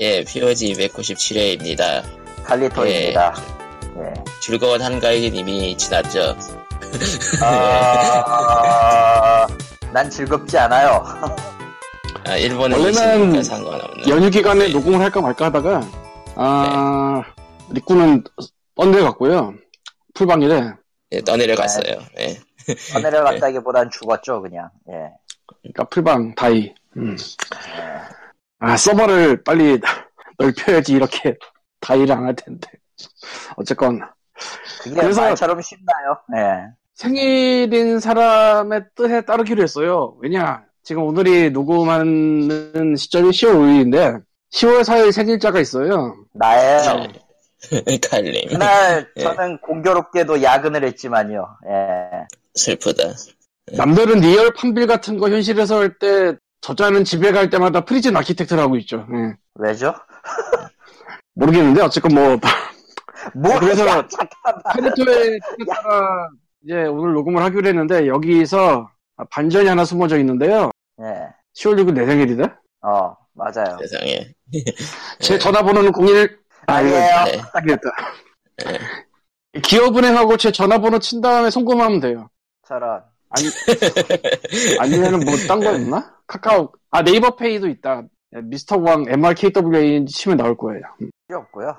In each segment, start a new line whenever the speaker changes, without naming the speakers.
예, POG 297회입니다.
칼리토입니다. 예.
즐거운 한가위는 이미 지났죠.
아, 난 즐겁지 않아요.
아, 일본에
원래는
있으니까 상관없는.
연휴 기간에
네.
녹음을 할까 말까 하다가 아 리꾸는 뻔데 갔고요 풀방이래
예, 떠내려 갔어요. 예.
하늘을 갔다기보단 죽었죠, 그냥. 예.
그러니까 풀방 다이 음. 아 서버를 빨리 넓혀야지 이렇게 다이를 안 할 텐데 어쨌건
그게
그래서-
말처럼 쉽나요? 예.
생일인 사람의 뜻에 따르기로 했어요 왜냐 지금 오늘이 녹음하는 시점이 10월 5일인데 10월 4일 생일자가 있어요 아.
나예요.
칼림.
그날
예.
저는 공교롭게도 야근을 했지만요. 예.
슬프다.
남들은 리얼 판빌 같은 거 현실에서 할 때 저자는 집에 갈 때마다 프리즌 아키텍트를 하고 있죠 예.
왜죠?
모르겠는데 어쨌건 뭐
뭐,
그래서-
야, 잠깐만.
카리토에 따라 이제 오늘 녹음을 하기로 했는데 여기서 반전이 하나 숨어져 있는데요.
예.
10월 6일 내 생일이다.
어, 맞아요.
세상에.
제 전화번호는 01. 아, 이거
예. 아니에요. 예.
네.
딱이랬다. 기업은행하고 제 전화번호 친 다음에 송금하면 돼요.
저런.
아니, 아니면은 뭐 딴 거 있나? 카카오, 아, 네이버 페이도 있다. 미스터 왕 MRKWA 치면 나올 거예요.
필요 없고요.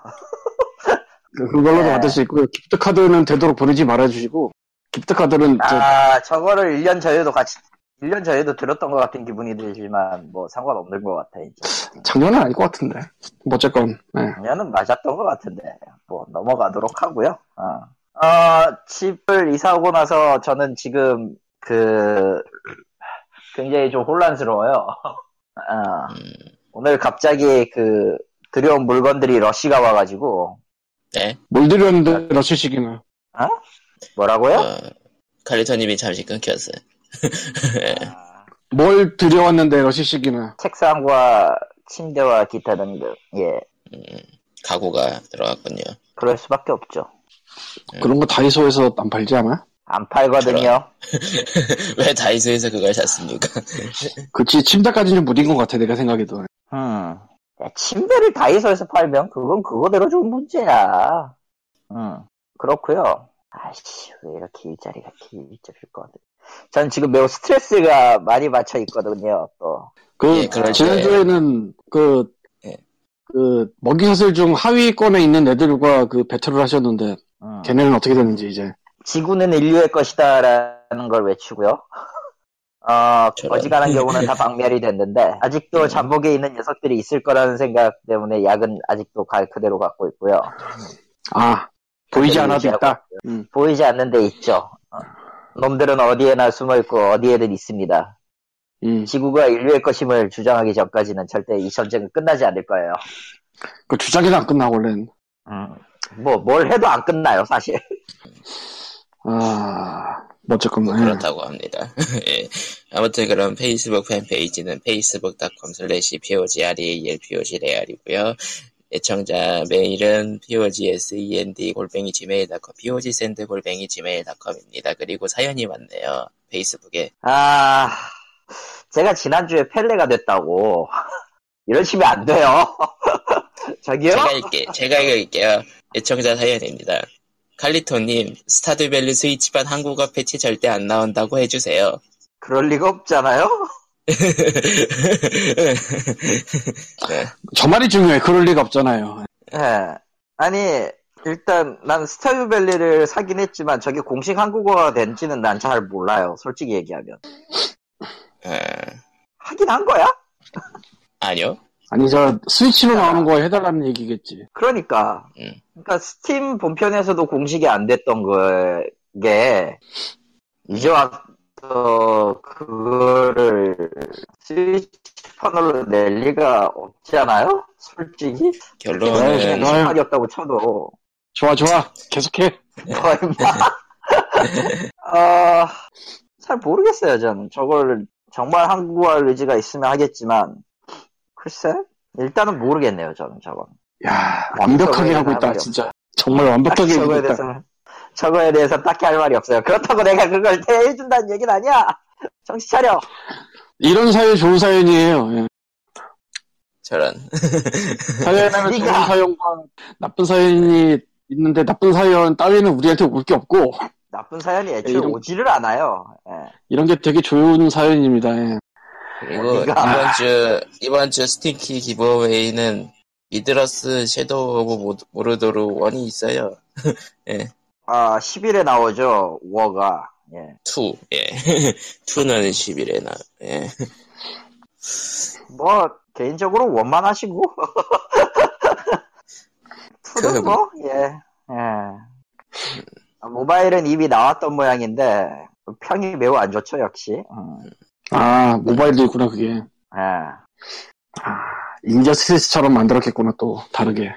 그- 그걸로도
네.
받을 수 있고요. 기프트카드는 되도록 보내지 말아주시고, 기프트카드는 저
아, 저거를 1년 전에도 같이, 1년 전에도 들었던 것 같은 기분이 들지만, 뭐, 상관없는 것 같아, 이제.
작년은 아닐 것 같은데. 뭐 어쨌건, 네.
작년은 맞았던 것 같은데 뭐 넘어가도록 하고요. 어. 어, 집을 이사 오고 나서 저는 지금 그 굉장히 좀 혼란스러워요. 어,
음,
오늘 갑자기 그 들여온 물건들이 러시가 와가지고
네.
뭘 드렸는데 러시식이나
뭐라고요?
어, 칼리토님이 잠시 끊겼어요.
아,
뭘 드려왔는데 러시식이나
책상과 침대와 기타 등등 예
음, 가구가 들어갔군요.
그럴 수밖에 없죠.
그런 거 다이소에서 안 팔지 않아?
안 팔거든요.
왜 다이소에서 그걸 샀습니까?
그치 침대까지는 좀 무딘 것 같아 내가 생각해도
음. 야, 침대를 다이소에서 팔면 그건 그거대로 좀 문제야. 음. 그렇고요. 아이씨, 왜 이렇게 일자리가 길잡힐 것 같아. 전 지금 매우 스트레스가 많이 받쳐 있거든요, 또.
그
예, 그럴
지난주에는 그,
예.
그 먹이사슬 중 하위권에 있는 애들과 그 배틀을 하셨는데
음.
걔네는 어떻게 됐는지 이제
지구는 인류의 것이다라는 걸 외치고요. 어,
저런.
어지간한 경우는 다 박멸이 됐는데, 아직도 잠복에 있는 녀석들이 있을 거라는 생각 때문에 약은 아직도 갈 그대로 갖고 있고요.
아 보이지 않아도
얘기하고
있다
보이지 않는 데 있죠. 어, 놈들은 어디에나 숨어 있고 어디에든 있습니다.
음.
지구가 인류의 것임을 주장하기 전까지는 절대 이 전쟁은 끝나지 않을 거예요.
그 주작이도 안 끝나고 원래는
뭐, 뭘 해도 안 끝나요, 사실.
아뭐 어쨌건
뭐
예.
그렇다고 합니다. 예. 아무튼 그럼 페이스북 팬페이지는 facebook.com slash E pogrealpogreal이고요. 애청자 메일은 E pogsend-gmail.com, pogsend-gmail.com입니다. 그리고 사연이 왔네요. 페이스북에.
아, 제가 지난주에 펠레가 됐다고. 이러시면 안 돼요. 저기요?
제가 읽게, 제가 읽을게요. 애청자 사연입니다. 칼리토님, 스타드밸리 스위치版한국어 패치 절대 안 나온다고 해주세요.
그럴 리가 없잖아요?
네.
저 말이 중요해 그럴 리가 없잖아요
예. 아니, 일단 난 스타듀밸리를 사긴 했지만 저게 공식 한국어가 된지는 난 잘 몰라요. 솔직히 얘기하면.
아,
하긴 한 거야?
아니요.
아니 저 스위치로 나오는 거 해달라는 얘기겠지
그러니까.
음.
그러니까 스팀 본편에서도 공식이 안 됐던 거- 게 이제 와서 그거를 스위치판으로 낼 리가 없잖아요? 솔직히
네,
결론은
네.
스판이 없다고 쳐도
좋아 좋아 계속해
거의 뭐.
네.
아, 잘 모르겠어요 저는 저걸 정말 한국어할 의지가 있으면 하겠지만 글쎄 일단은 모르겠네요 저는 저건
야 완벽하게
저거에
하고 있다
대해서
진짜 정말
딱히
완벽하게 하고
저거에
있다
대해서 저거에 대해서 딱히 할 말이 없어요. 그렇다고 내가 그걸 대해준다는 얘기는 아니야. 정신 차려.
이런 사연 좋은 사연이에요. 예.
저런.
사연하면 좋은
네가.
사연과 나쁜 사연이 있는데 나쁜 사연 따위는 우리한테 올 게 없고
나쁜 사연이 애초에
이런-
오지를 않아요. 예.
이런 게 되게 좋은 사연입니다. 예.
그리고
어디가?
이번 주 이번 주 스팀키 기브어웨이는 미드러스 섀도우 오브 모- 모르도르 원이 있어요.
아, 10일에 나오죠. 워가. 예.
2. 예. 2는 10일에 나. 예.
뭐 개인적으로 원만하시고.
그-
투는 뭐 예. 예. 아, 모바일은 이미 나왔던 모양인데 평이 매우 안 좋죠 역시. 음.
아 모바일도 있구나 그게.
예.
인저스티스처럼 만들었겠구나 또 다르게.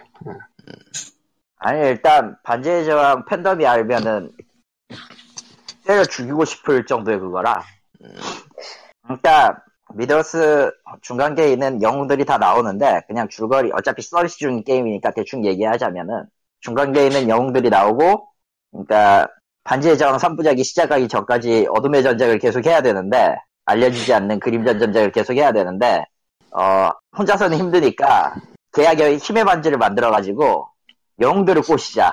아니 일단 반지의 제왕 팬덤이 알면은 때려 죽이고 싶을 정도의 그거라 음. 그러니까 미더스 중간계에 있는 영웅들이 다 나오는데 그냥 줄거리 어차피 서비스 중인 게임이니까 대충 얘기하자면은 중간계에 있는 영웅들이 나오고 그러니까 반지의 제왕 3부작이 시작하기 전까지 어둠의 전쟁을 계속 해야 되는데 알려지지 않는 그림전 전쟁을 계속 해야 되는데 어 혼자서는 힘드니까 계약의 힘의 반지를 만들어 가지고 영웅들을 꼬시자.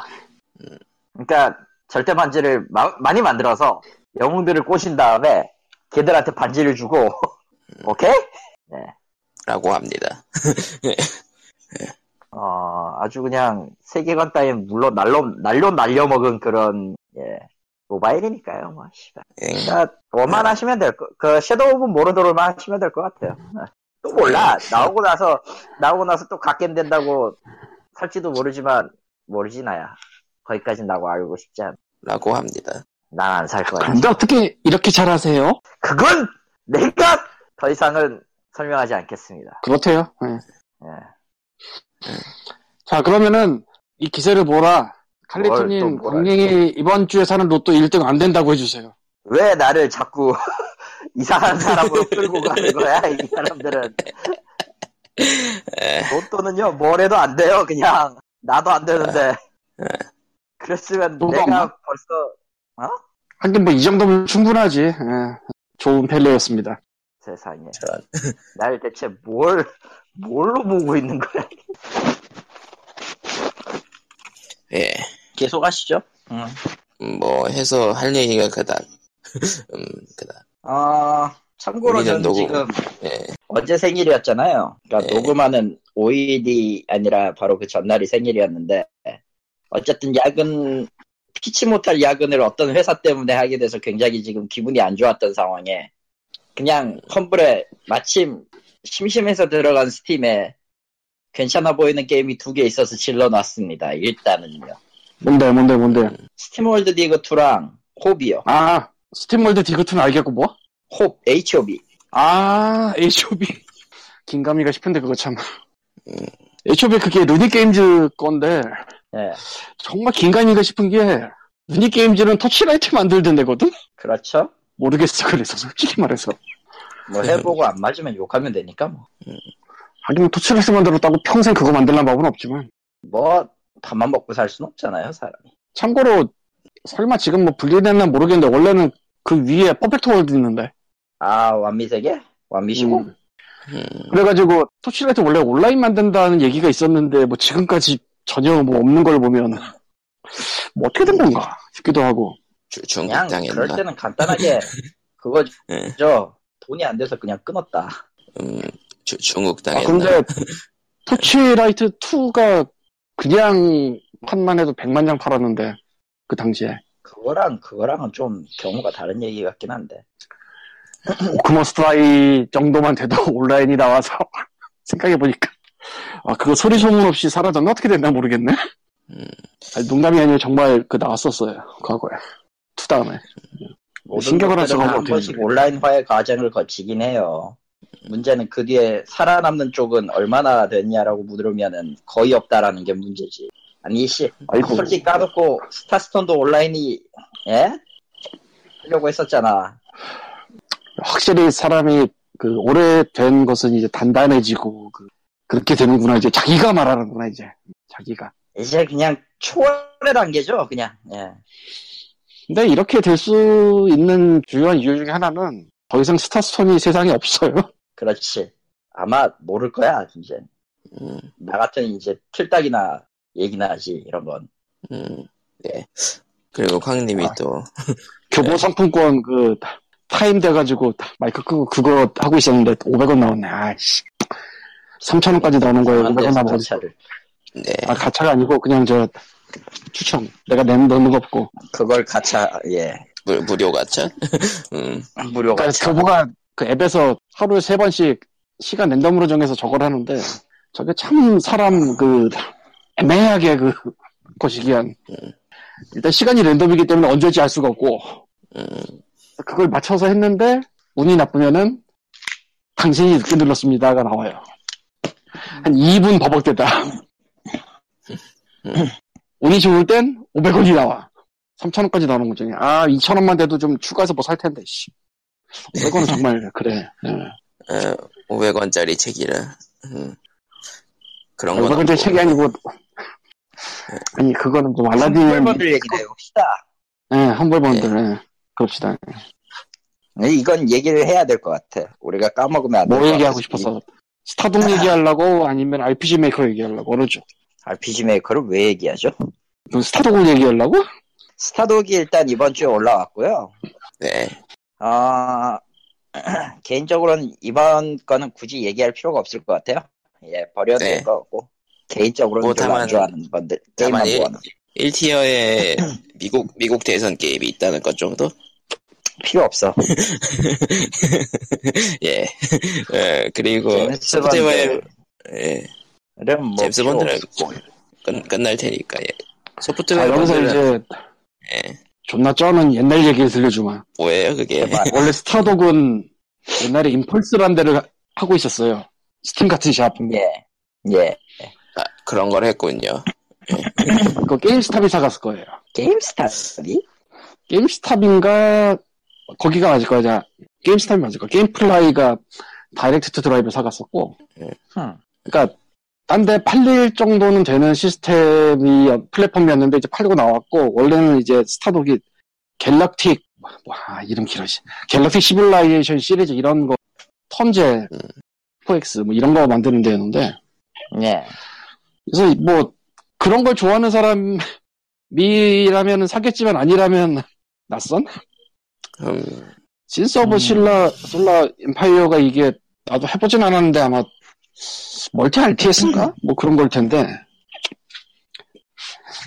그러니까 절대 반지를 마- 많이 만들어서 영웅들을 꼬신 다음에 걔들한테 반지를 주고 오케이?
라고 합니다.
어, 아주 그냥 세계관 따윈 물론 날로 날로 날려 먹은 그런 예, 모바일이니까요. 뭐 씨발.
예.
그러니까
네.
원만 하시면 될거그 섀도우 오브 모르도르만 하시면 될 것 같아요. 또 몰라 나오고 나서 나오고 나서 또 갖게 된다고 살지도 모르지만 모르지 나야. 거기까진 나고 알고 싶지 않아.
라고 합니다.
난 안 살 거야.
근데 어떻게 이렇게 잘하세요?
그건 내가 더 이상은 설명하지 않겠습니다.
그렇대요. 예.
예.
자 그러면은 이 기세를 보라.
뭘
칼리토님
또 보라.
광님이 이번 주에 사는 로또 1등 안 된다고 해주세요.
왜 나를 자꾸 이상한 사람으로 끌고 가는 거야? 이 사람들은 로또는요 뭘 해도 안 돼요. 그냥 나도 안 되는데 그랬으면
뭐가
내가
없나?
벌써
하긴 뭐 이 정도면 충분하지. 예. 좋은 펠레였습니다.
세상에
저런.
날 대체 뭘 뭘로 보고 있는 거야?
예.
계속 하시죠.
음, 뭐 해서 할 얘기가 그닥. 음, 그닥.
아 참고로
우리는
저는
녹음.
지금
예.
어제 생일이었잖아요. 그러니까
예.
녹음하는 5일이 아니라 바로 그 전날이 생일이었는데 어쨌든 야근 피치 못할 야근을 어떤 회사 때문에 하게 돼서 굉장히 지금 기분이 안 좋았던 상황에 그냥 컴플에 마침 심심해서 들어간 스팀에 괜찮아 보이는 게임이 두 개 있어서 질러놨습니다. 일단은요.
뭔데 뭔데 뭔데.
스팀월드 리그 2랑 홉이요.
아 스팀월드 디그트는 알겠고 뭐?
홉, H.O.B.
아 H.O.B. 긴가미가 싶은데 그거 참. H.O.B. 그게 루니게임즈 건데
예,
정말 긴가미가 싶은 게 루니게임즈는 터치라이트 만들던 데거든?
그렇죠.
모르겠어 그래서 솔직히 말해서.
뭐
네.
해보고 안 맞으면 욕하면 되니까 뭐.
하긴 토치라이트 만들었다고 평생 그거 만들란 법은 없지만
뭐 밥만 먹고 살 순 없잖아요, 사람.
참고로 설마 지금 뭐 분리됐나 모르겠는데 원래는 그 위에 퍼펙트 월드 있는데
아 완미세계? 완미시공?
음.
음,
그래가지고 토치라이트 원래 온라인 만든다는 얘기가 있었는데 뭐 지금까지 전혀 뭐 없는 걸 보면 뭐 어떻게 된 건가 싶기도 하고
주-
그냥
중국
그럴
당했나?
때는 간단하게 그거죠.
예.
네.
돈이 안 돼서 그냥 끊었다.
음, 주- 중국
아
당했나?
근데 토치라이트 2가 그냥 판만 해도 100만 장 팔았는데 그 당시에
그거랑 그거랑은 좀 경우가 다른 얘기 같긴 한데.
오크머스 트라이 정도만 돼도 온라인이 나와서 생각해보니까 아 그거 소리 소문 없이 사라졌나 어떻게 됐나 모르겠네
음.
아니, 농담이 아니라 정말 그 나왔었어요 과거에 투 다음에
모든
신경을 안
것들은
써가면
한
어떻게
번씩
되는데.
온라인화의 과정을 거치긴 해요. 문제는 그 뒤에 살아남는 쪽은 얼마나 됐냐라고 물으면은 거의 없다라는 게 문제지. 아니 씨,
아이고.
솔직히 까놓고 스타스톤도 온라인이 예? 하려고 했었잖아.
확실히 사람이 그 오래된 것은 이제 단단해지고 그, 그렇게 되는구나 이제 자기가 말하는구나 이제 자기가
이제 그냥 초월의 단계죠, 그냥. 예.
근데 이렇게 될 수 있는 주요한 이유 중에 하나는 더 이상 스타스톤이 세상에 없어요
그렇지. 아마 모를 거야 이제
음,
나 같은 이제 틀딱이나 얘기나 하지 이런 건
음, 네. 그리고 광님이
아.
또
교보 상품권 그 타- 타임 돼가지고 다- 마이크 끄고 그거 하고 있었는데 500원 나왔네. 아이씨. 3,000원까지 나오는 거예요. 500원
안돼서
나머지
차를
네.
아, 가차가 아니고 그냥 저 추천. 내가 낸 넣는 거 없고.
그걸 가차 예
무, 무료 가차. 음,
무료
그러니까
가차
교보가 그 앱에서 하루에 세 번씩 시간 랜덤으로 정해서 저걸 하는데 저게 참 사람 그 애매하게 그 거시기한 일단 시간이 랜덤이기 때문에 언제지 알 수가 없고
음,
그걸 맞춰서 했는데 운이 나쁘면은 당신이 늦게 눌렀습니다가 나와요. 한 2분 버벅대다. 운이 좋을 땐 500원이 나와. 3,000원까지 나오는 거죠. 아, 2,000원만 돼도 좀 추가해서 뭐 살 텐데, 씨. 500원은 정말, 그래. 예.
어, 500원짜리 책이라. 음, 그런 건
500원짜리
없고.
책이 아니고, 아니, 그거는 좀 알라딘,
들 얘기나 해봅시다
예, 험벌번들, 예. 그럽시다.
네, 이건 얘기를 해야 될 것 같아 우리가 까먹으면 안될것
뭐 얘기하고 싶어서. 스타동 얘기하려고, 아니면 RPG 메이커 얘기하려고, 어느 쪽?
RPG 메이커를 아, 왜 얘기하죠?
그럼 스타동을 얘기하려고?
스타독이 일단 이번 주에 올라왔고요
네.
아, 개인적으로는 이번 거는 굳이 얘기할 필요가 없을 것 같아요. 예, 버려도
네.
될 것 같고. 개인적으로는
뭐
별로
다만-
안 좋아하는 건데, 게임만
다만 일-
좋아하는.
1티어에 미국, 미국 대선 게임이 있다는 것 정도?
필요 없어.
그 예. 어, 그리고
네,
제임스
소프트웨어, 예.
본드는 뭐
제임스
필요
본드는
없고.
끝, 끝날 테니까, 예.
자,
소프트웨어
여기서
분들은
이제
예.
존나 쩌는 옛날 얘기를 들려주마.
뭐예요, 그게?
제발.
원래 스타독은 옛날에 임펄스란 데를 하- 하고 있었어요. 스팀 같은 샵.
예. 예.
아, 그런 걸 했군요.
그거 게임스탑이 사갔을 거예요.
게임스타니?
게임스탑인가 거기가 맞을 거야. 자, 게임스탑이 맞을 거야. 게임플라이가 다이렉트 투 드라이브 사갔었고.
흠.
그러니까 딴 데 팔릴 정도는 되는 시스템이 플랫폼이었는데 이제 팔리고 나왔고 원래는 이제 스타독이 갤럭틱 와 이름 길어 씨. 갤럭틱 시뮬레이션 시리즈 이런 거 턴제
음.
포엑스 뭐 이런 거 만드는 데였는데
예.
그래서 뭐 그런 걸 좋아하는 사람이라면 사겠지만 아니라면 낯선?
음,
신스 오브
음.
신라 솔라 임파이어가 이게 나도 해보진 않았는데 아마 멀티 RTS인가? 뭐 그런 걸 텐데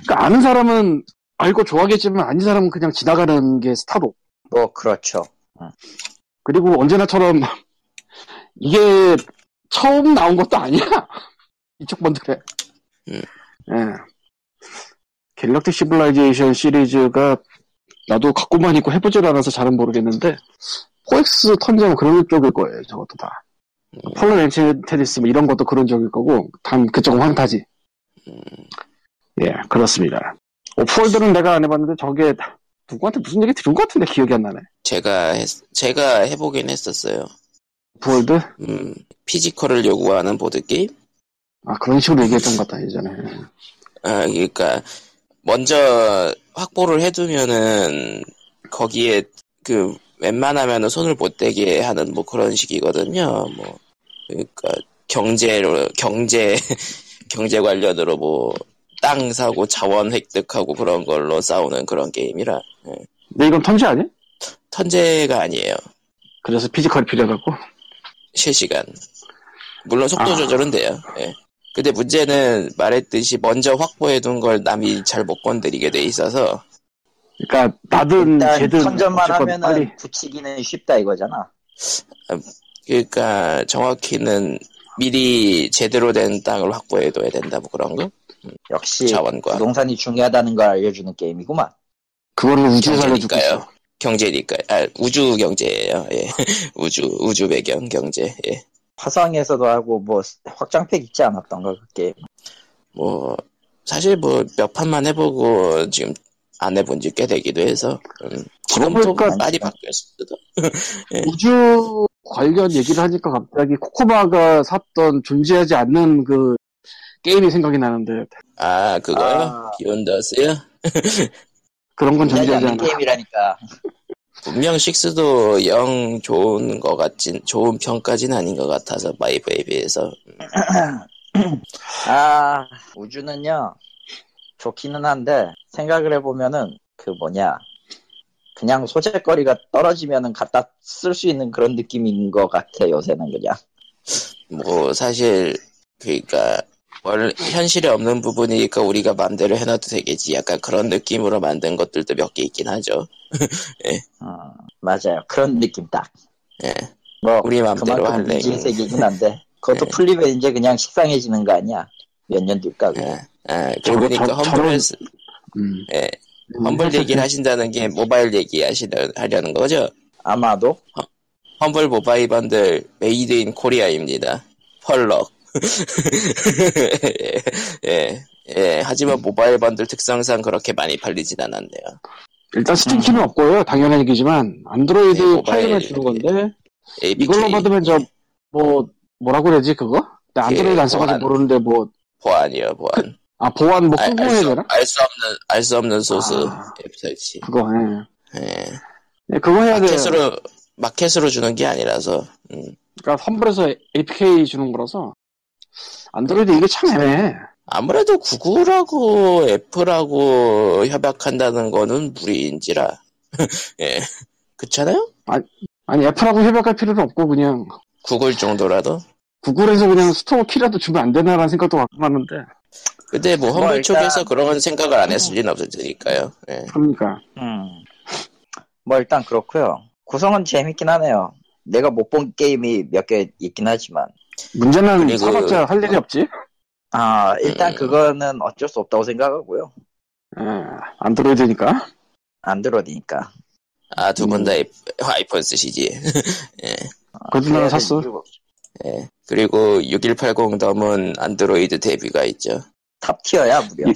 그러니까 아는 사람은 알고 좋아하겠지만 아닌 사람은 그냥 지나가는 게 스타로
뭐, 그렇죠.
그리고 언제나처럼 이게 처음 나온 것도 아니야. 이쪽 번들에.
음.
예. 갤럭틱 시블라이제이션 시리즈가 나도 갖고만 있고 해보질 않아서 잘은 모르겠는데 포엑스 턴제는 그런 쪽일 거예요. 저것도 다.
음.
폴로 엔체 테니스 뭐 이런 것도 그런 쪽일 거고 단 그쪽은 환타지.
음,
예, 그렇습니다. 오프월드는 내가 안 해봤는데 저게 누구한테 무슨 얘기 들은 것 같은데 기억이 안 나네.
제가, 했, 제가 해보긴 했었어요.
오프월드?
음, 피지컬을 요구하는 보드게임?
아 그런 식으로 얘기했던 것 같다 예전에.
아, 그러니까 먼저 확보를 해두면은 거기에 그 웬만하면은 손을 못 대게 하는 뭐 그런 식이거든요. 뭐 그러니까 경제로 경제 경제 관련으로 뭐 땅 사고 자원 획득하고 그런 걸로 싸우는 그런 게임이라 예.
근데 이건 턴제 아니야?
턴제가 아니에요.
그래서 피지컬이 필요하고
실시간. 물론 속도
아.
조절은 돼요. 예. 근데 문제는 말했듯이 먼저 확보해둔 걸 남이 잘 못 건드리게 돼 있어서
그러니까 나든
일단,
쟤든
선전만
어쨌건
하면은
빨리
붙이기는 쉽다 이거잖아.
그러니까 정확히는 미리 제대로 된 땅을 확보해둬야 된다 뭐 그런 거
역시,
자원과
부동산이 중요하다는 걸 알려주는 게임이구만.
그거를 우주에 살려주고
경제니까요
있어.
경제니까 아 우주 경제예요 예 우주 우주 배경 경제 예.
화성에서도 하고, 뭐, 확장팩 있지 않았던가, 그 게임.
예 뭐 사실 뭐 몇 판만 해보고 지금 안 해본 지 꽤 되기도 해서 음, 지금도
그러니까-
많이 바뀌었을 수도
우주 관련 얘기를 하니까 갑자기 코코마가 샀던 존재하지 않는 그 게임이 생각이 나는데
아 그거요
아.
비욘더스요
그런 건 존재하지 음,
존재하는
않아.
게임이라니까.
분명 6도 영 좋은 거 같진 좋은 평까진 아닌 것 같아서 마이브에 비해서
아, 우주는요, 좋기는 한데, 생각을 해보면은, 그 뭐냐, 그냥 소재거리가 떨어지면은 갖다 쓸 수 있는 그런 느낌인 것 같아, 요새는 그냥.
뭐 사실 그러니까 원 현실에 없는 부분이니까 우리가 마음대로 해놔도 되겠지 약간 그런 느낌으로 만든 것들도 몇 개 있긴 하죠.
어, 맞아요. 그런 느낌 딱.
예.
뭐,
우리 마음대로
그만큼
할래. 예.
미진 세계긴 한데, 그것도 풀리면 이제 그냥 식상해지는 거 아니야? 몇 년 뒤일까? 그게.
예. 예.
저거
그러니까
저-
험블
음.
예. 험블 얘기를 하신다는 게 모바일 얘기 하시려, 하려는 거죠?
아마도?
험블 모바일 번들 메이드 인 코리아입니다. 펄럭. 예. 예. 예. 하지만 모바일 번들 특성상 그렇게 많이 팔리진 않았네요.
일단 스팀키는 없고요. 당연한 얘기지만 안드로이드
네, 모바일. 예.
파일만 주는 건데
ABK.
이걸로 받으면 저 뭐 뭐라고 그래야지 그거? 나 안드로이드 안 써가지고
보안.
모르는데 뭐 아
보안이요, 보안.
보안 뭐
알-
끄고
아, 알
해야
수-
되나?
알 수 없는, 알 수 없는 소스
아.
앱 설치.
그거 예.
예.
네, 그거 해야 돼요.
마켓으로, 마켓으로 주는 게 아니라서. 음.
그러니까 험블에서 APK 주는 거라서 안드로이드 이게 참 애매해.
아무래도 구글하고 애플하고 협약한다는 거는 무리인지라. 예. 그렇잖아요?
아니 애플하고 협약할 필요는 없고 그냥
구글 정도라도.
구글에서 그냥 스토어 키라도 주면 안 되나라는 생각도 갖고 왔는데
근데 뭐
뭐
험블
일단-
쪽에서 그런 생각을 안 했을 리는 없을 테니까요. 예.
그러니까
음. 뭐 일단 그렇고요. 구성은 재밌긴 하네요. 내가 못 본 게임이 몇 개 있긴 하지만
문제는
그리고-
사봤자 할 일이 없지.
아 일단
음.
그거는 어쩔 수 없다고 생각하고요.
예, 안드로이드니까.
안드로이드니까.
아, 두 분 다
음.
아이폰 쓰시지.
아,
거짓말나 그 샀어.
뭐.
예. 그리고 6180 덤은 안드로이드 대비가 있죠.
탑티어야 무려.
이-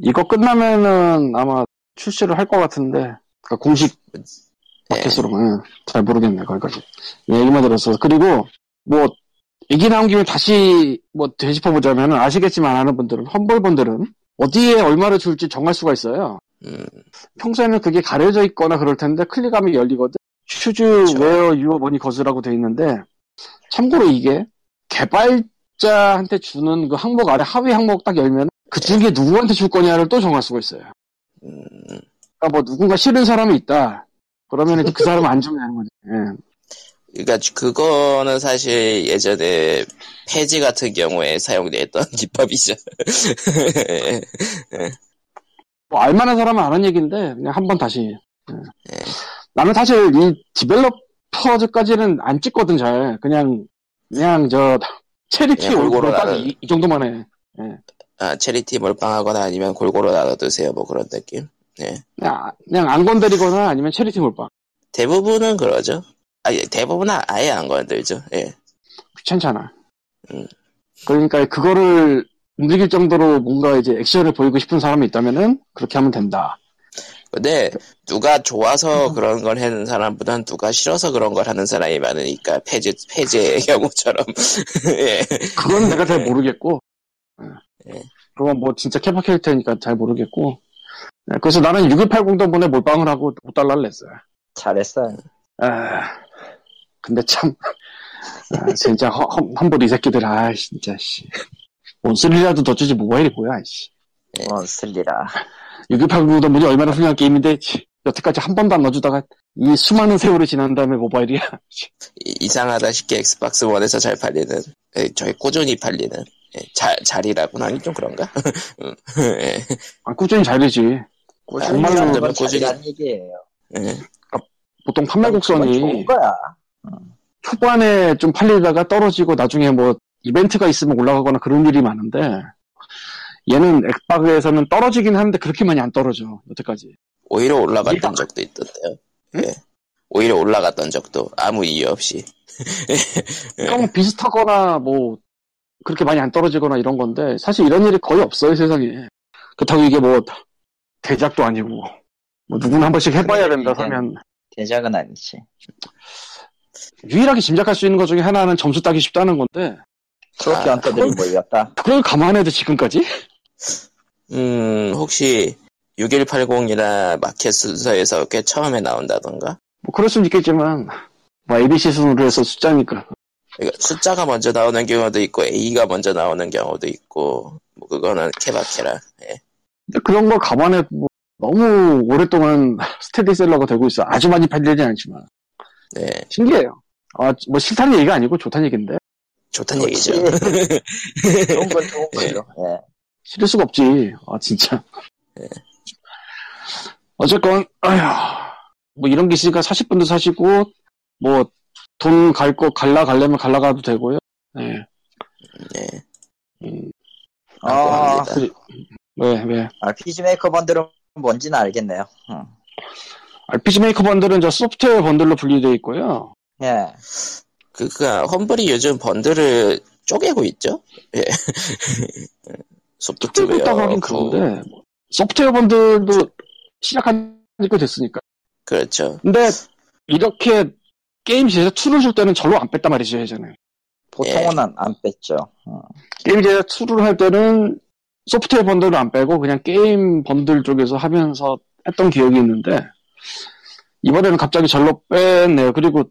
이거 끝나면은 아마 출시를 할 것 같은데 그러니까 공식
예.
마켓으로는 잘 모르겠네 거기까지 얘기만 들었어 그리고 뭐 얘기 나온 김에 다시 뭐 되짚어보자면 아시겠지만 아는 분들은 험벌분들은 어디에 얼마를 줄지 정할 수가 있어요
음,
평소에는 그게 가려져 있거나 그럴 텐데 클릭하면 열리거든 슈즈
그쵸.
웨어 유어 머니 거스라고 돼 있는데 참고로 이게 개발자한테 주는 그 항목 아래 하위 항목 딱 열면 그 중에 누구한테 줄 거냐를 또 정할 수가 있어요
음.
그러니까 뭐 누군가 싫은 사람이 있다. 그러면 이제 그 사람 안 주면 되는 거지. 예.
그러니까 그거는 사실 예전에 폐지 같은 경우에 사용됐던 기법이죠. 예.
뭐 알만한 사람은 아는 얘기인데 그냥 한 번 다시. 예. 나는 사실 이 디벨로퍼즈까지는 안 찍거든 잘. 그냥 그냥 저 체리티
그냥 골고루
얼굴로 딱
나는-
이, 이 정도만 해.
아, 체리티 몰빵하거나 아니면 골고루 나눠드세요. 뭐 그런 느낌.
그냥, 그냥 안 건드리거나 아니면 체리티 몰빵.
대부분은 그러죠. 아, 예, 대부분은 아예 안 건들죠. 예.
귀찮잖아.
음.
그러니까 그거를 움직일 정도로 뭔가 이제 액션을 보이고 싶은 사람이 있다면은 그렇게 하면 된다.
근데 누가 좋아서 그런 걸 하는 사람보단 누가 싫어서 그런 걸 하는 사람이 많으니까 폐지, 폐지의 경우처럼. 예.
네.
그건 내가 잘 모르겠고. 네.
예.
그건 뭐 진짜 캐파 캐릭터니까 잘 모르겠고. 네, 그래서 나는 6180 덕분에 몰빵을 하고 5달러를 냈어요.
잘했어요.
아, 근데 참. 아, 진짜 험, 험- 험블 이 새끼들, 아, 진짜, 씨. 온슬리라도 더 주지 모바일이 뭐야, 씨.
뭔 어, 쓸리라.
6180 덕분에 얼마나 훌륭한 게임인데, 씨, 여태까지 한 번도 안 넣어주다가 이 수많은 세월이 지난 다음에 모바일이야. 씨.
이- 이상하다 싶게 엑스박스 원에서 잘 팔리는 예, 저희 꾸준히 팔리는 예, 자, 자리라고는 아니 좀 그런가? 음, 예,
아, 꾸준히 잘 되지.
아,
정말로
정말로 건
그러면 꾸준히-
잘이란 얘기예요.
예.
보통 판매
그건 좋은
곡선이
거야.
초반에 좀 팔리다가 떨어지고 나중에 뭐 이벤트가 있으면 올라가거나 그런 일이 많은데 얘는 엑박에서는 떨어지긴 하는데 그렇게 많이 안 떨어져 여태까지
오히려 올라갔던
일단-
적도 있던데요. 예. 오히려 올라갔던 적도 아무 이유 없이
좀 비슷하거나 뭐 그렇게 많이 안 떨어지거나 이런 건데 사실 이런 일이 거의 없어요 세상에 그렇다고 이게 뭐 대작도 아니고 뭐 누구나 한 번씩 해봐야
근데
된다
이게-
하면
대작은 아니지.
유일하게 짐작할 수 있는 것 중에 하나는 점수 따기 쉽다는 건데
트로피
아,
헌터들이 몰렸다.
그걸 감안해도 지금까지
음 혹시 6180이나 마켓 순서에서 꽤 처음에 나온다던가
뭐 그럴 수는 있겠지만 뭐 ABC 순으로 해서 숫자니까
그러니까 숫자가 먼저 나오는 경우도 있고 A가 먼저 나오는 경우도 있고 뭐 그거는 케바케라. 예.
근데 그런 걸 감안해 뭐 너무 오랫동안 스테디셀러가 되고 있어 아주 많이 팔리진 않지만
네.
신기해요. 아 뭐 싫다는 얘기가 아니고 좋다는 얘기인데
좋다는 얘기죠.
좋은 건 좋은 거죠. 예.
싫을 수가 없지. 아 진짜.
예.
어쨌건 아휴 뭐 이런 게 있으니까 사실 분도 사시고 뭐 돈 갈 거 갈라 갈려면 갈라 가도 되고요. 예.
네.
음,
아,
감사합니다.
그리- 왜 왜?
아, 피지 메이커 번들은 뭔지는 알겠네요. 음.
RPG 메이커 번들은 저 소프트웨어 번들로 분리되어 있고요.
예.
그니까 험블이 요즘 번들을 쪼개고 있죠. 예. 소프트웨어.
쪼개다고 하긴
구-
그런데 뭐, 소프트웨어 번들도 시작한 지꽤 됐으니까.
그렇죠.
근데 이렇게 게임즈에서 툴을 줄 때는 절로 안 뺐단 말이죠 예전에.
보통은 안, 안 뺐죠. 음.
게임즈에서 툴을 할 때는 소프트웨어 번들을 안 빼고 그냥 게임 번들 쪽에서 하면서 했던 기억이 있는데 이번에는 갑자기 절로 뺐네요. 그리고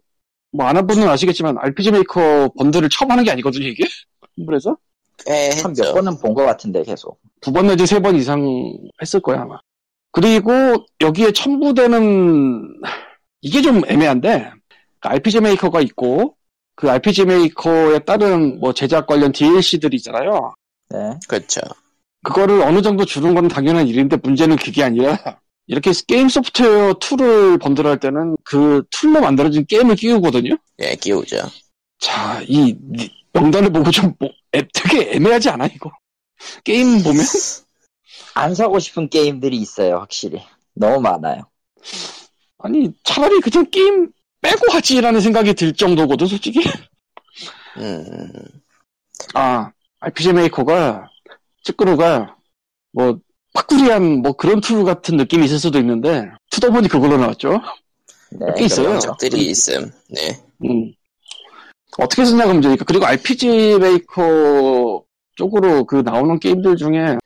뭐 아는 분은 아시겠지만 RPG 메이커 번들을 처음 하는 게 아니거든요 이게. 그래서
꽤
한 몇
했죠.
번은 본 것 같은데 계속.
두 번 내지 세 번 이상 했을 거야 아마. 그리고 여기에 첨부되는 이게 좀 애매한데 그 RPG 메이커가 있고 그 RPG 메이커에 따른 뭐 제작 관련 DLC들이 있잖아요.
네.
그렇죠.
그거를 어느 정도 주는 건 당연한 일인데 문제는 그게 아니라 이렇게 게임 소프트웨어 툴을 번들할 때는 그 툴로 만들어진 게임을 끼우거든요.
예, 끼우죠.
자, 이 명단을 보고 좀 뭐- 애- 되게 애매하지 않아 이거? 게임 보면
안 사고 싶은 게임들이 있어요, 확실히. 너무 많아요.
아니 차라리 그냥 게임 빼고 하지라는 생각이 들 정도거든 솔직히
음,
아 RPG 메이커가 찌끄루가 뭐 파쿠리한 뭐 그런 툴 같은 느낌이 있을 수도 있는데 투더보니 그걸로 나왔죠
네,
꽤 있어요.
그렇죠.
적들이 있음. 네.
음. 어떻게 쓰냐가 문제니까 그리고 RPG 메이커 쪽으로 그 나오는 게임들 중에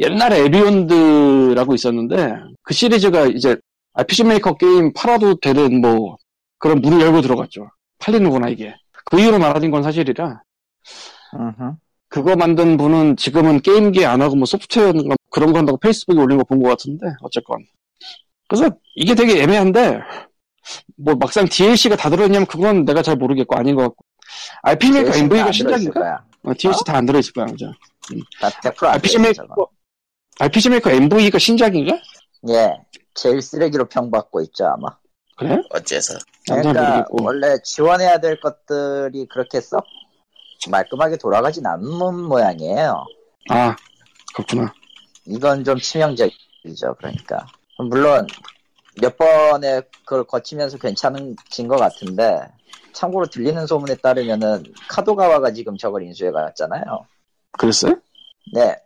옛날에 에비온드라고 있었는데 그 시리즈가 이제 RPG 메이커 게임 팔아도 되는 뭐 그런 문을 열고 들어갔죠 팔리는구나 이게 그 이후로 말하는 건 사실이라
음흠.
그거 만든 분은 지금은 게임기 안 하고 뭐 소프트웨어 그런 거 한다고 페이스북에 올린 거 본 것 같은데 어쨌건 그래서 이게 되게 애매한데 뭐 막상 DLC가 다 들어있냐면 그건 내가 잘 모르겠고 아닌 것 같고 RPG 메이커
DLC는 다
그 MV가
안 들어있을 아, 네,
신작인가?
거야.
어, DLC 다 안 들어있을 거야 맞아.
다 100%안
RPG 메이커 RPG 메이커 MV가 신작인가?
예. 제일 쓰레기로 평받고 있죠, 아마.
그래?
어째서.
난 잘
그러니까
모르겠고
원래 지원해야 될 것들이 그렇게 썩 말끔하게 돌아가진 않는 모양이에요.
아 그렇구나.
이건 좀 치명적이죠. 그러니까 물론 몇 번에 그걸 거치면서 괜찮은진 것 같은데 참고로 들리는 소문에 따르면은 카도가와가 지금 저걸 인수해 갔잖아요.
그랬어요?
네,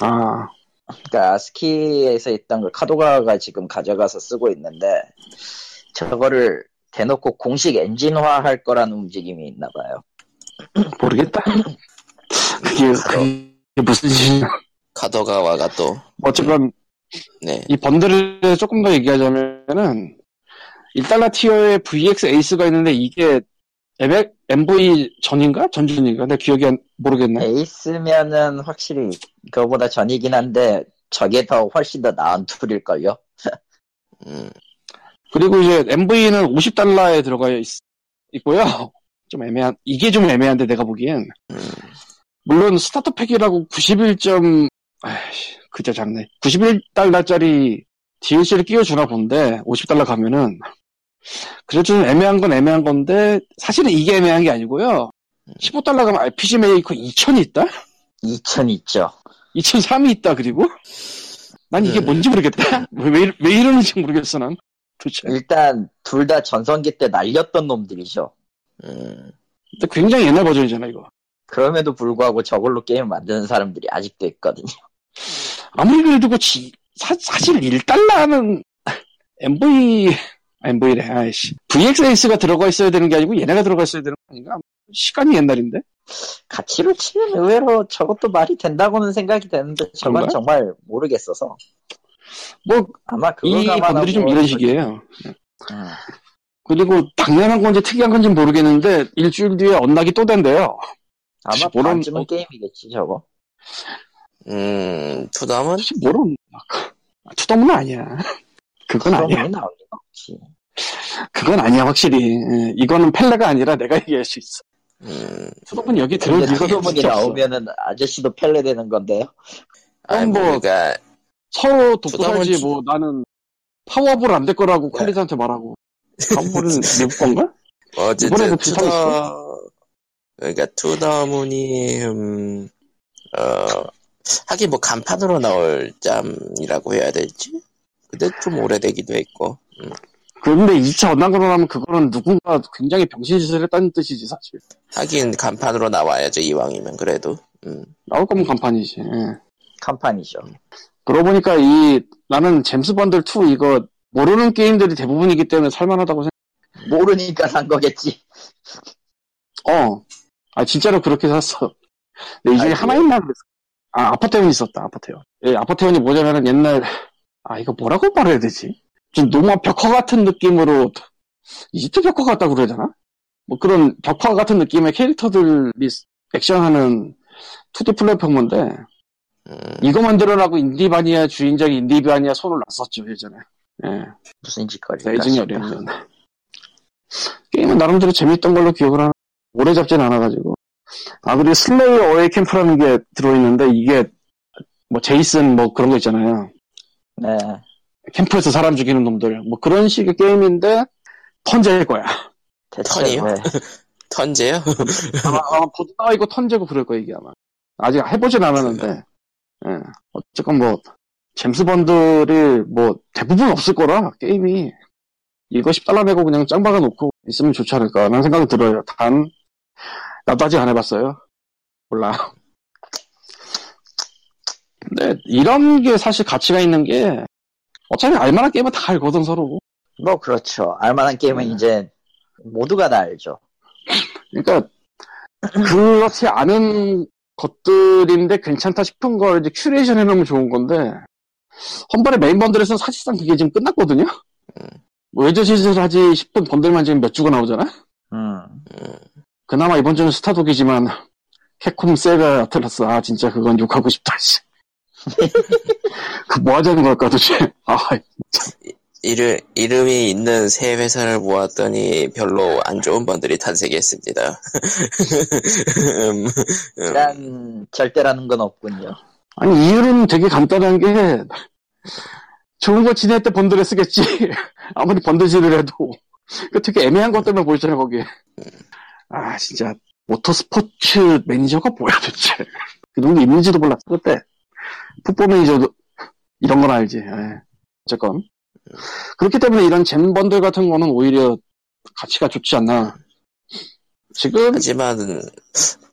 아
그러니까 스키에서 있던 그 카도가와가 지금 가져가서 쓰고 있는데 저거를 대놓고 공식 엔진화할 거라는 움직임이 있나 봐요.
모르겠다. 그게 그게 무슨 짓이냐?
카더가와가 또,
어쨌건
네.
이 번들을 조금 더 얘기하자면은 1달러 티어에 VX 에이스가 있는데 이게 MX, MV 전인가? 전준인가? 내 기억이 안- 모르겠네.
에이스면은 확실히 그거보다 전이긴 한데 저게 더 훨씬 더 나은 툴일걸요.
음,
그리고 이제 MV는 50달러에 들어가 있, 고요 좀 애매한, 이게 좀 애매한데 내가 보기엔.
음.
물론 스타터 팩이라고 91점, 아이씨, 그자 작네. 91달러짜리 DLC를 끼워주나 본데, 50달러 가면은. 그래도 좀 애매한 건 애매한 건데, 사실은 이게 애매한 게 아니고요. 15달러 가면 RPG 메이커 2000이 있다?
2000 있죠.
2003이 있다, 그리고? 난 이게
네.
뭔지 모르겠다. 왜, 왜, 이러- 왜 이러는지 모르겠어, 난. 도대체.
일단 둘 다 전성기 때 날렸던 놈들이죠.
음.
근데 굉장히 옛날 버전이잖아, 이거.
그럼에도 불구하고 저걸로 게임 만드는 사람들이 아직도 있거든요.
아무리 그래도 그 지- 사, 실 1달러는 MV, MV래, 아이씨. VXS가 들어가 있어야 되는 게 아니고 얘네가 들어가 있어야 되는 거 아닌가? 시간이 옛날인데?
가치로 치면 의외로 저것도 말이 된다고는 생각이 되는데 저건
그런가요?
정말 모르겠어서
뭐,
아마
이
그거 음,
번들이 좀 이런 식이에요. 그리고 당연한 건지 특이한 건지 는 모르겠는데 일주일 뒤에 언락이 또 된대요.
아마
모르는-
반쯤은 게임이겠지 저거.
음, 투덤은?
혹시 모르는 투덤은 아니야. 그건 아니야.
그러면 나올 리가 없지.
그건 아니야 확실히. 예, 이거는 펠레가 아니라 내가 얘기할 수 있어.
음,
투덤은 여기 들을
근데
이유가
소문이
진짜 없어.
나오면은 아저씨도 펠레 되는 건데요.
아니,
뭐-
뭐, 그니까,
서로 돕고
투덤은
살지
주-
뭐 나는 파워볼 안 될 거라고
네.
퀄리티한테 말하고 파워볼은 미국 건가?
뭐
이번에도
어쨌든,
비슷하게
투덤, 그니까, 투덤이, 음, 어, 하긴 뭐, 간판으로 나올 짬이라고 해야 될지? 근데 좀 오래되기도 했고, 음.
그런데 2차 언락으로 나면 그거는 누군가 굉장히 병신짓을 했다는 뜻이지 사실.
하긴 간판으로 나와야죠, 이왕이면, 그래도. 음.
나올 거면 간판이지. 예.
간판이죠.
그러고 보니까 이 나는 잼스 번들 2 이거 모르는 게임들이 대부분이기 때문에 살만하다고 생각.
모르니까 산 거겠지.
어, 아 진짜로 그렇게 샀어. 근데 이 중에
아이고.
하나 있나 그랬어. 아 아파테온 있었다 아파테온. 예, 아파테온이 뭐냐면은 옛날 아 이거 뭐라고 말해야 되지? 좀 노마 벽화 같은 느낌으로 이집트 벽화 같다고 그래야 되나? 뭐 그런 벽화 같은 느낌의 캐릭터들이 액션하는 2D 플랫폼인데
음.
이거 만들어라고 인디바니아 주인장이 인디바니아 손을 놨었죠 예전에. 예.
무슨 짓거리야.
레이징이 어려운 게임은 나름대로 재밌던 걸로 기억을 하는 오래 잡진 않아가지고 아 그리고 슬레이어 어웨이 캠프라는 게 들어있는데 이게 뭐 제이슨 뭐 그런 거 있잖아요
네.
캠프에서 사람 죽이는 놈들 뭐 그런 식의 게임인데 턴제일 거야
대체
턴이요?
왜?
턴제요?
아마 아마 보드 따이고 턴제고 그럴 거야 이게 아마 아직 해보진 않았는데 예. 어쨌건 뭐 잼스 번들이 뭐 대부분 없을 거라 게임이 이거 10달러 내고 그냥 짱 박아놓고 있으면 좋지 않을까 라는 생각이 들어요 단 나도 아직 안 해봤어요 몰라 근데 이런 게 사실 가치가 있는 게 어차피 알만한 게임은 다 알거든 서로
뭐 그렇죠. 알만한 게임은
네.
이제 모두가 다 알죠.
그러니까 그렇지 않은 것들인데 괜찮다 싶은 걸 이제 큐레이션 해놓으면 좋은 건데 헌발의 메인 번들에서는 사실상 그게 지금 끝났거든요.
음.
뭐 외저 시즌을 하지 싶은 번들만 지금 몇 주가 나오잖아.
음.
그나마 이번 주는 스타독이지만 캡콤 세가 아틀라스 아 진짜 그건 욕하고 싶다. 씨. 그 뭐 하자는 걸까 도대체. 아
이름, 이름이 있는 새 회사를 모았더니 별로 안 좋은 번들이 탄생했습니다. 음, 음.
그냥 절대라는 건 없군요.
아니 이유는 되게 간단한 게 좋은 거 지낼 때 번들에 쓰겠지 아무리 번들질을 해도 그 되게 애매한 것들만 보이잖아 거기 아 진짜 모터스포츠 매니저가 뭐야 도대체 그런 게 있는지도 몰랐어 그때 풋볼 매니저도 이런 건 알지 예. 어쨌건 그렇기 때문에 이런 잼 번들 같은 거는 오히려 가치가 좋지 않나 지금
하지만,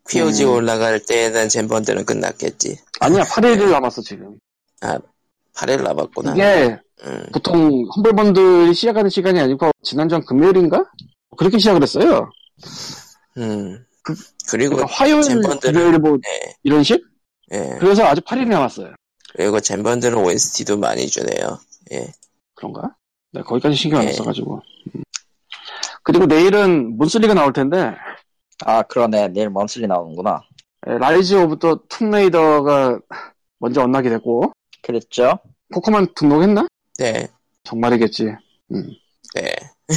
POG
음.
올라갈 때는 젠번들은 끝났겠지.
아니야 8일을 남았어 지금
8일 남았구나.
이게
음,
보통 험블번들이 시작하는 시간이 아니고 지난주 한 금요일인가 그렇게 시작을 했어요.
음. 그, 리고
그러니까 화요일,
잼번들은-
금요일 뭐
네.
이런 식.
예.
그래서 아직 8일이 남았어요.
그리고 젠번들은 OST도 많이 주네요.
그런가? 네, 거기까지 신경 안
네.
써가지고. 음. 그리고 내일은 몬슬리가 나올 텐데
아 그러네. 내일 먼슬리 나오는구나.
에, 라이즈 오브 더 툼레이더가 먼저 언락이 됐고
그랬죠?
포커만 등록했나?
네,
정말이겠지. 음.
네.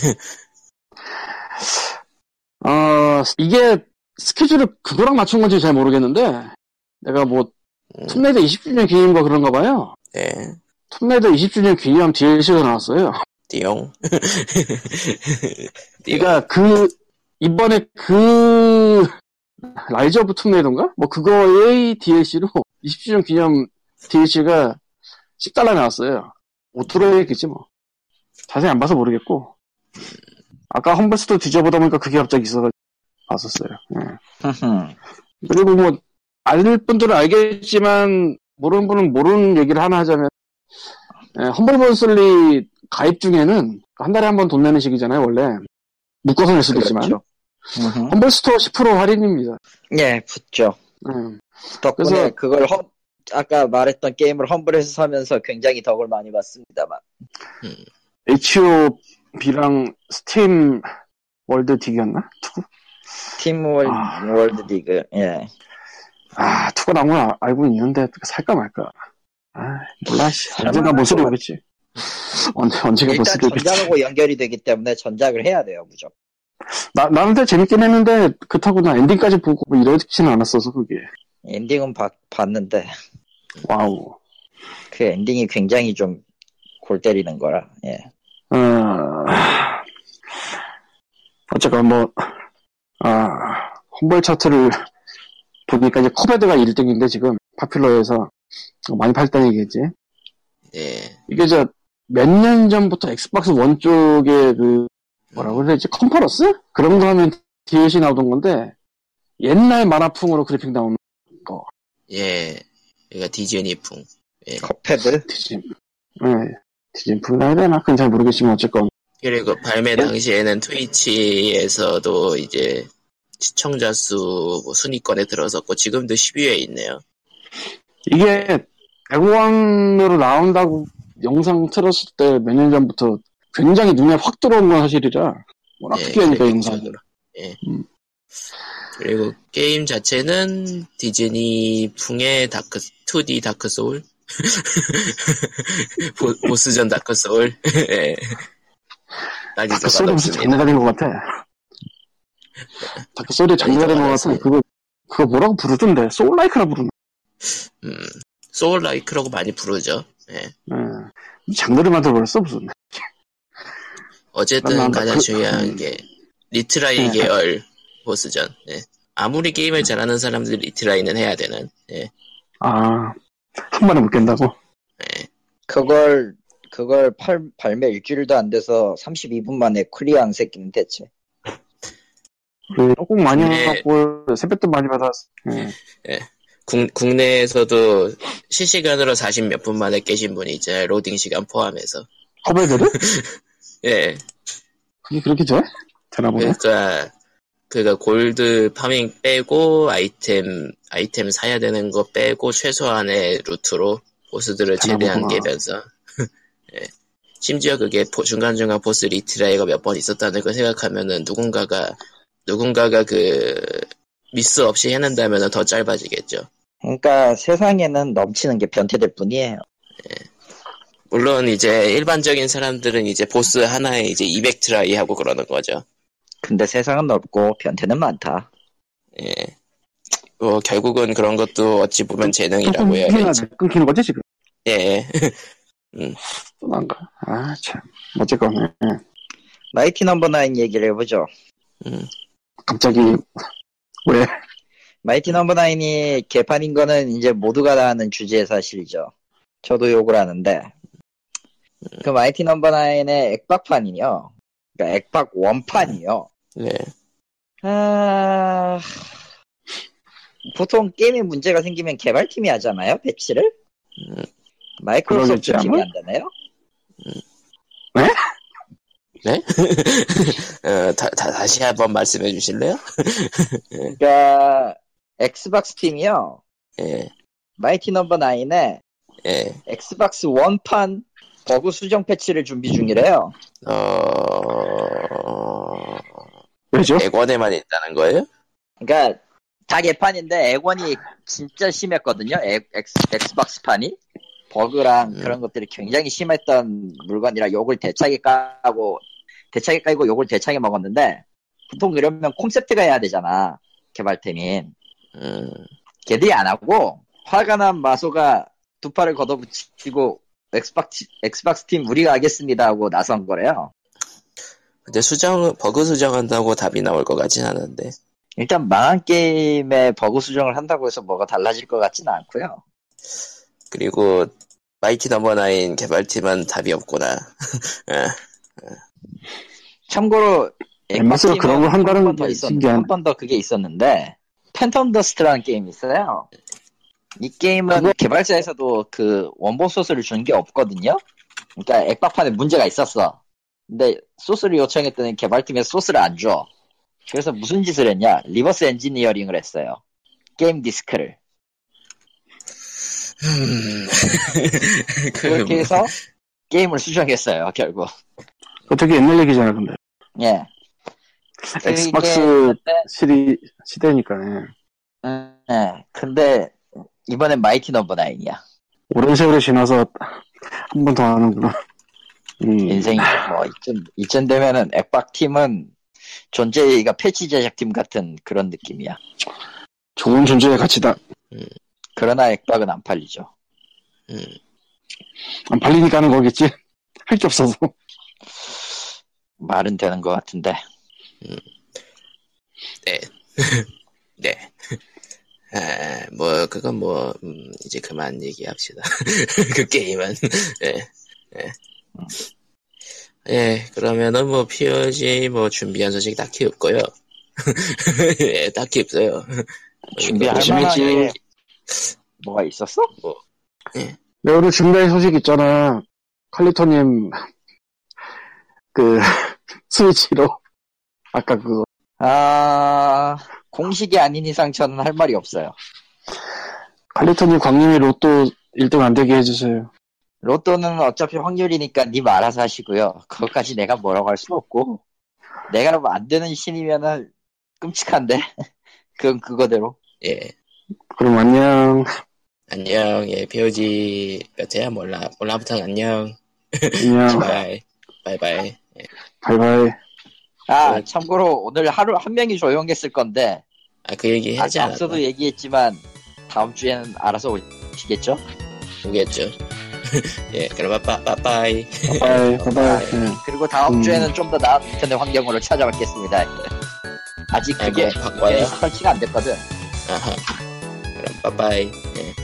어 이게 스케줄을 그거랑 맞춘 건지 잘 모르겠는데 내가 뭐
음.
툼레이더 20주년 기념과 그런가 봐요.
네.
툼레이더 20주년 기념 DLC가 나왔어요.
띠용.
그러니까 그 이번에 그 라이즈 오브 툼레이더인가? 뭐 그거의 DLC로 20주년 기념 DLC가 10달러 나왔어요. 오토로였겠지 뭐. 자세히 안 봐서 모르겠고. 아까 험블스도 뒤져보다 보니까 그게 갑자기 있어가지고 봤었어요. 예. 그리고 뭐, 알 분들은 알겠지만, 모르는 분은 모르는 얘기를 하나 하자면, 에, 험블본슬리 가입 중에는 한 달에 한 번 돈 내는 식이잖아요, 원래. 묶어서 낼 수도 있지만.
그렇죠. 음흠.
험블스토어 10% 할인입니다.
예, 붙죠.
음.
덕분에
그래서-
그걸 험, 아까 말했던 게임을 험블에서 사면서 굉장히 덕을 많이 봤습니다만.
HO 비랑 스팀 월드 딕이었나? 투구?
팀월
아.
월드 디그 예.
아, 투구 나온 건 알고 있는데 살까 말까. 아, 몰라. 씨. 언젠가 못 쓰고 오겠지. 언제, 언제가 못
일단
쓰고 오겠지.
전작하고 연결이 되기 때문에 전작을 해야 돼요 무조건.
나, 나한테 재밌긴 했는데, 그렇다고 나 엔딩까지 보고 뭐 이러지는 않았어서, 그게.
엔딩은 봐- 봤는데
와우.
그 엔딩이 굉장히 좀 골 때리는 거라. 예.
어, 어쨌건 뭐, 아, 홈볼 차트를 보니까 이제 코베드가 1등인데, 지금, 파퓰러에서. 많이 팔다는 얘기겠지.
예.
이게 저, 몇 년 전부터 엑스박스 원 쪽에 그, 뭐라고 해야 되지? 컨퍼런스? 그런 거 하면 DLC 나오던 건데, 옛날 만화풍으로 그래픽 나오는
예. 그러니까 디즈니풍.
컵패드
디진, 예, 디진프라 해야 되나? 그건 잘 모르겠지만, 어쨌건.
그리고 발매 당시에는 트위치에서도 이제 시청자 수뭐 순위권에 들어섰고 지금도 10위에 있네요.
이게, 액원으로 나온다고 영상 틀었을 때 몇 년 전부터 굉장히 눈에 확 들어온 건 사실이라, 워낙
예,
특이하니까,
그래픽
영상.
쪽으로. 예.
음.
그리고 게임 자체는 디즈니 풍의 다크 2D 다크 소울 보- 보스전 다크 소울 예. 따지도
다크소리 무슨
없습니다.
장르가 된 것 같아. 다크소리 장르가 된 것 같아. 그거, 그거 뭐라고 부르던데? 소울라이크라 부르나?
음, 소울 라이크라고 많이 부르죠. 예.
예. 장르를 만들어버렸어, 무슨.
어쨌든
맞나,
가장
그-
중요한
음.
게 리트라이
네.
계열 보스전. 예. 아무리 게임을 잘하는 사람들 리트라이는 해야 되는. 예.
아, 한 번에 못 깬다고?
예.
그걸 그걸 팔- 발매 일주일도 안 돼서 32분 만에 클리어한 새끼는 대체.
그래, 꼭 많이
네.
해갖고, 세뱃돈 많이 받았어. 예.
국, 국내에서도 실시간으로 40 몇 분 만에 깨신 분이 이제 로딩 시간 포함해서.
커버들을?
예.
그게 그렇게 돼? 되나 보네.
그러니까 그러니까 골드 파밍 빼고 아이템 아이템 사야 되는 거 빼고 최소한의 루트로 보스들을 최대한
잘하는구나.
깨면서 예. 심지어 그게 보- 중간중간 보스 리트라이가 몇 번 있었다는 걸 생각하면은 누군가가 누군가가 그 미스 없이 해낸다면은 더 짧아지겠죠.
그러니까 세상에는 넘치는 게 변태들 뿐이에요.
물론 이제 일반적인 사람들은 이제 보스 하나에 이제 200 트라이 하고 그러는 거죠.
근데 세상은 넓고 변태는 많다.
예. 뭐 결국은 그런 것도 어찌 보면 재능이라고
끊기나,
네, 음, 해야겠지.
끊기는 거지, 지금?
예.
또 난가? 아, 참. 어쨌건, 예.
마이티 넘버 나인 얘기를 해보죠.
갑자기, 왜?
마이티 넘버 나인이 개판인 거는 이제 모두가 다 아는 주제의 사실이죠. 저도 욕을 하는데 그 마이티 넘버 나인의 액박판이요. 그러니까 액박 원판이요.
네.
아... 보통 게임에 문제가 생기면 개발팀이 하잖아요 패치를.
음.
마이크로소프트
네. 그러겠지, 아마?
팀이 한다네요.
어, 다, 다, 시 한번 말씀해 주실래요?
그러니까 엑스박스 팀이요.
예.
마이티 넘버 나인의
예.
엑스박스 원판 버그 수정 패치를 준비 중이래요.
어,
왜죠?
액원에만 있다는 거예요?
그러니까 다 개판인데 액원이 진짜 심했거든요. 액, 엑스, 박스 판이 버그랑
음.
그런 것들이 굉장히 심했던 물건이라 욕을 대차게 까고 대차게 까이고 욕을 대차게 먹었는데 보통 그러면 콘셉트가 해야 되잖아 개발팀이
음,
걔들이 안 하고 화가 난 마소가 두 팔을 걷어붙이고 엑스박스 엑스박스 팀 우리가 하겠습니다 하고 나선 거래요.
근데 수정, 버그 수정한다고 답이 나올 것 같진 않은데.
일단 망한 게임에 버그 수정을 한다고 해서 뭐가 달라질 것 같지는 않고요.
그리고, 마이티 넘버 나인 개발팀은 답이 없구나.
참고로
엠마스가 네, 그런 걸 한다는
한번 더
게
있었는데
신기하네.
한 번 더 그게 있었는데 팬텀 더스트라는 게임이 있어요. 이 게임은 개발사에서도 그 원본 소스를 준 게 없거든요. 그러니까 액박판에 문제가 있었어. 근데 소스를 요청했더니 개발팀에 소스를 안 줘. 그래서 무슨 짓을 했냐? 리버스 엔지니어링을 했어요. 게임 디스크를.
음, 그,
그렇게 해서 게임을 수정했어요, 결국.
그거 되게 옛날 얘기잖아, 근데.
예. 네,
엑스박스
그때,
시리, 시대니까, 예.
음, 예. 근데 이번엔 마이티 넘버 나인이야.
오랜 세월이 지나서 한 번 더 하는구나. 음.
인생이 뭐 이쯤 이쯤 되면은 액박 팀은 존재 의의가 패치 제작팀 같은 그런 느낌이야.
좋은 존재의 가치다.
그러나 액박은 안 팔리죠.
안 팔리니까 하는 거겠지? 할 게 없어서.
말은 되는 것 같은데.
네. 아, 뭐, 그건 뭐, 음, 이제 그만 얘기합시다. 그 게임은. 예. 예. 예, 그러면은 뭐, POG 뭐, 준비한 소식 딱히 없고요 예, 딱히 없어요. 네,
준비할
열심히
만한
했지.
게 뭐가 있었어?
네, 오늘 준비한 소식 있잖아. 칼리토님, 그, 스위치로. 아까 그거.
아 공식이 아닌 이상 저는 할 말이 없어요.
칼리토님 광님이 로또 1등 안 되게 해주세요.
로또는 어차피 확률이니까 님 알아서 하시고요. 그것까지 내가 뭐라고 할 수는 없고 내가 뭐안 되는 신이면은 끔찍한데 그건 그거대로
예.
그럼 안녕.
안녕. 예, POG 몇 회야? 몰라. 몰라부터 안녕.
안녕.
바이. 바이바이.
바이바이.
아
네.
참고로 오늘 하루 한 명이 조용했을 건데
아, 그 얘기
아,
하지 않았나?
앞서도 얘기했지만 다음 주에는 알아서 오시겠죠?
모르겠죠. 예, 그럼 빠, 빠, 빠이.
바이바이. 바이바이. 예.
그리고 다음
음.
주에는 좀 더 나은 텐의 환경으로 찾아뵙겠습니다. 아직
아,
그게
뭐 바꿔요?
설치가 안 됐거든.
Uh-huh. 아하. 그럼 빠빠이. 예.